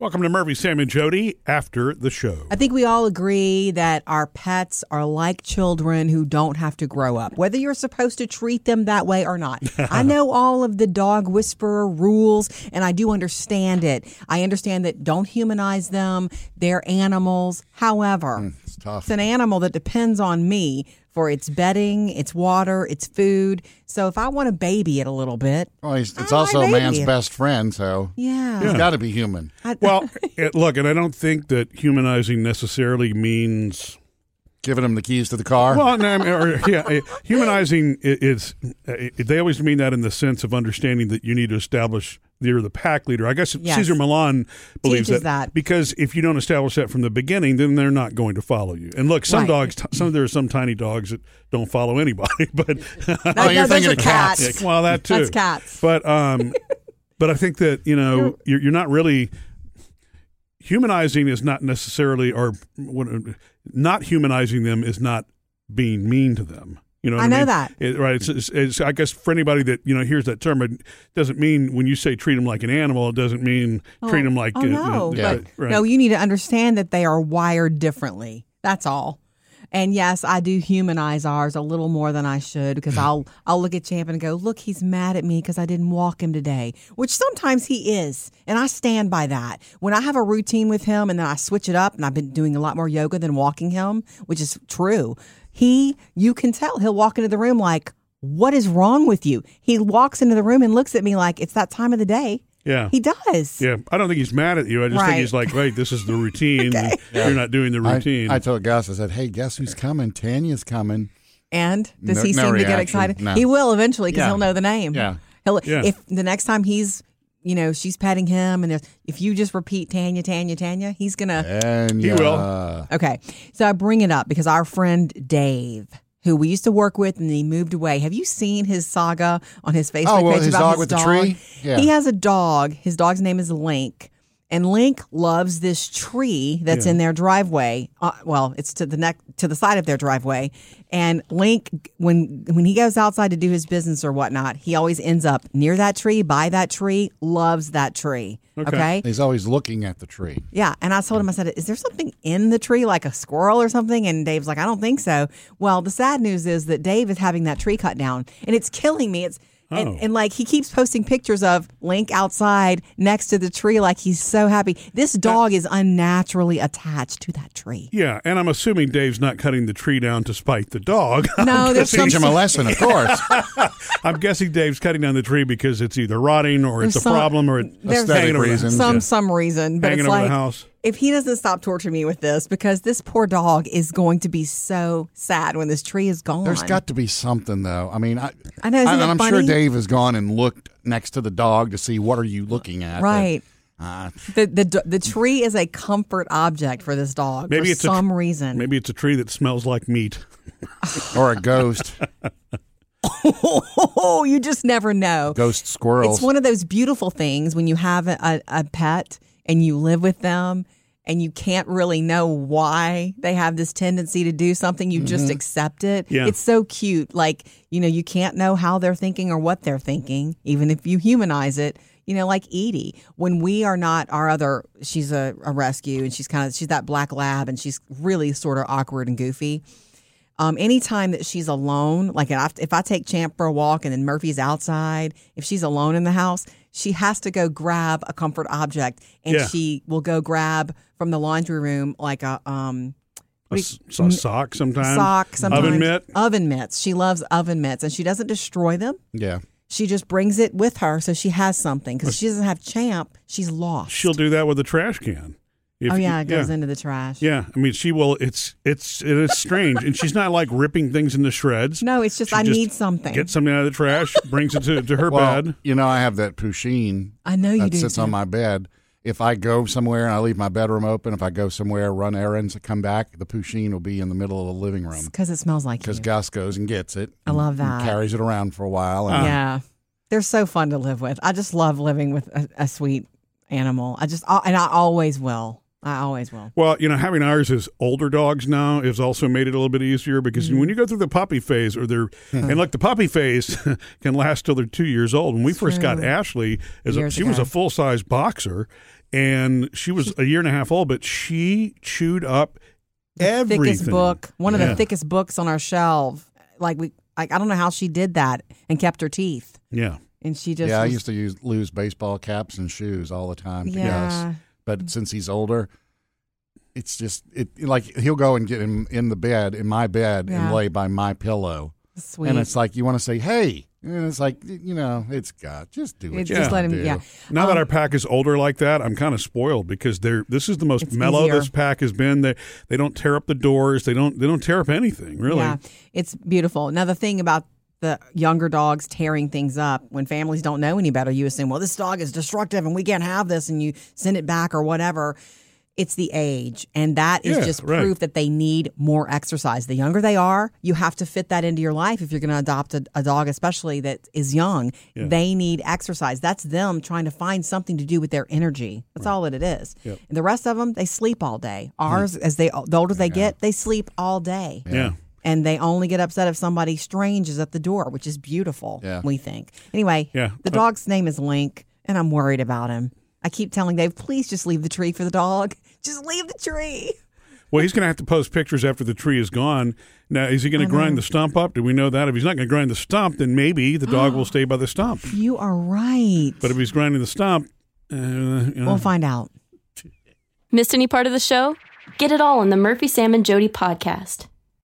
Welcome to Murphy, Sam, and Jody after the show. I think we all agree that our pets are like children who don't have to grow up, whether you're supposed to treat them that way or not. I know all of the dog whisperer rules and I do understand it. I understand that don't humanize them, they're animals. However, Mm, It's tough. it's an animal that depends on me for its bedding, its water, its food. So if I want to baby it a little bit, Well, he's, it's I also like man's baby. best friend, so yeah. he's got to be human. I- Well, it, look, and I don't think that humanizing necessarily means. Giving him the keys to the car. Well, no, I mean, or, yeah, eh, humanizing i- is. eh, eh, They always mean that in the sense of understanding that you need to establish you're the pack leader. I guess Yes. Caesar Milan believes Teaches that. because if you don't establish that from the beginning, then they're not going to follow you. And look, some Right. dogs, t- some there are some tiny dogs that don't follow anybody, but That- oh, you're those thinking are of cats. Yeah, well, that too. That's cats. But um, but I think that you know you're you're not really humanizing is not necessarily or what, not humanizing them is not being mean to them. You know, what I I, know mean? that. It- right. It's, it's, it's- I guess for anybody that you know hears that term, it doesn't mean when you say treat them like an animal, it doesn't mean treat them like oh, uh, no, uh, Yeah. but right. no, you need to understand that they are wired differently. That's all. And yes, I do humanize ours a little more than I should because I'll I'll look at Champ and go, look, he's mad at me because I didn't walk him today, which sometimes he is, and I stand by that. When I have a routine with him and then I switch it up, and I've been doing a lot more yoga than walking him, which is true. He, you can tell he'll walk into the room like, what is wrong with you? He walks into the room and looks at me like it's that time of the day. Yeah. He does. Yeah, I don't think he's mad at you. I just think Right. he's like, wait, this is the routine. and You're not doing the I, routine. I told Gus, I said, hey, guess who's coming? Tanya's coming. And does No- he no seem to get reaction. excited? No. He will eventually because Yeah. he'll know the name. Yeah. He'll Yeah. if the next time he's you know she's petting him and there's, if you just repeat Tanya Tanya Tanya, he's gonna And He will. uh, okay. So I bring it up because our friend Dave. Who we used to work with, and he moved away. Have you seen his saga on his Facebook Oh, well, page his about dog his with the dog? tree? Yeah. He has a dog. His dog's name is Link, and Link loves this tree that's in their driveway. Uh, well, it's to the neck to the side of their driveway. And Link, when when he goes outside to do his business or whatnot, he always ends up near that tree, by that tree, loves that tree. Okay. He's always looking at the tree. Yeah, and I told him, I said, "Is there something in the tree, like a squirrel or something?" And Dave's like, "I don't think so." Well, the sad news is that Dave is having that tree cut down, and it's killing me. It's Oh. and, and like he keeps posting pictures of Link outside next to the tree, like he's so happy. This Uh, dog is unnaturally attached to that tree. Yeah, and I'm assuming Dave's not cutting the tree down to spite the dog. No, there's some Teach him a lesson, of course. I'm guessing Dave's cutting down the tree because it's either rotting or it's There's a some- problem or it's there's hanging over reasons. The some house. some reason, but Hanging it's over the like house. if he doesn't stop torturing me with this, because this poor dog is going to be so sad when this tree is gone. There's got to be something, though. I mean, I, I know, isn't and it I'm sure funny? Dave has gone and looked next to the dog to see what are you looking at. but, right. uh, The, the d- the tree is a comfort object for this dog Maybe for it's a tr- some reason. Maybe it's a tree that smells like meat. or a ghost, Oh, you just never know. ghost squirrels. It's one of those beautiful things when you have a, a, a pet and you live with them and you can't really know why they have this tendency to do something. You Mm-hmm. just accept it. Yeah. It's so cute. Like, you know, you can't know how they're thinking or what they're thinking, even if you humanize it. You know, like Edie, when we are not our other, she's a, a rescue and she's kind of, she's that black lab and she's really sort of awkward and goofy. Um, anytime that she's alone, like if I- if I take Champ for a walk and then Murphy's outside, if she's alone in the house, she has to go grab a comfort object, and Yeah. she will go grab from the laundry room like a um A, s- a sock sometimes. sock, sometimes Oven mitt. oven mitts. She loves oven mitts, and she doesn't destroy them. yeah. She just brings it with her, so she has something because she doesn't have Champ. She's lost. She'll do that with a trash can. If oh you- yeah, it goes into the trash. Yeah, I mean, she will. It's it's it is strange, and she's not like ripping things into shreds. No, it's just She I just need something. Gets something out of the trash, brings it to, to her Well, bed. you know, I have that Pusheen I know Oh, you that do. sits on too. my bed. If I go somewhere and I leave my bedroom open, if I go somewhere, run errands, come back, the Pusheen will be in the middle of the living room because it smells like you. because Gus goes and gets it. I love and that. carries it around for a while. Ah. And Yeah. They're so fun to live with. I just love living with a, a sweet animal. I just, and I always will. I always will. Well, you know, having ours as older dogs now has also made it a little bit easier because Mm-hmm. when you go through the puppy phase, or their and like the puppy phase can last till they're two years old. When we first got true. Ashley, as a, Years she was a ago. full size boxer, and she was a year and a half old, but she chewed up everything. thickest book, one of Yeah. the thickest books on our shelf. Like we, like I don't know how she did that and kept her teeth, Yeah. and she just Yeah, I was- used to use, lose baseball caps and shoes all the time. To yeah. Mm. Gus. but since he's older, it's just it like he'll go and get him in the bed in my bed Yeah. and lay by my pillow, Sweet. and it's like you want to say hey, and it's like you know it's God, just do what It's you just Yeah. let wanna him. do. Yeah. Now Um, that our pack is older like that, I'm kind of spoiled because they're this is the most It's mellow easier. this pack has been. They they don't tear up the doors. They don't they don't tear up anything really. Yeah, it's beautiful. Now the thing about the younger dogs tearing things up when families don't know any better, you assume, well, this dog is destructive and we can't have this, and you send it back or whatever. It's the age, and that is Yeah, just right. proof that they need more exercise. The younger they are, you have to fit that into your life if you're going to adopt a, a dog, especially that is young. They need exercise. That's them trying to find something to do with their energy. That's all that it is. And the rest of them, they sleep all day. Ours, as they the older they get, they sleep all day Hmm. Yeah. and they only get upset if somebody strange is at the door, which is beautiful. Yeah. We think anyway. Yeah. The dog's name is Link, and I'm worried about him. I keep telling Dave, please just leave the tree for the dog. Just leave the tree. Well, he's going to have to post pictures after the tree is gone. Now, is he going to grind the stump up? Do we know that? If he's not going to grind the stump, then maybe the dog will stay by the stump. You are right. But if he's grinding the stump, uh, you know, we'll find out. Missed any part of the show? Get it all on the Murphy, Sam, and Jody podcast.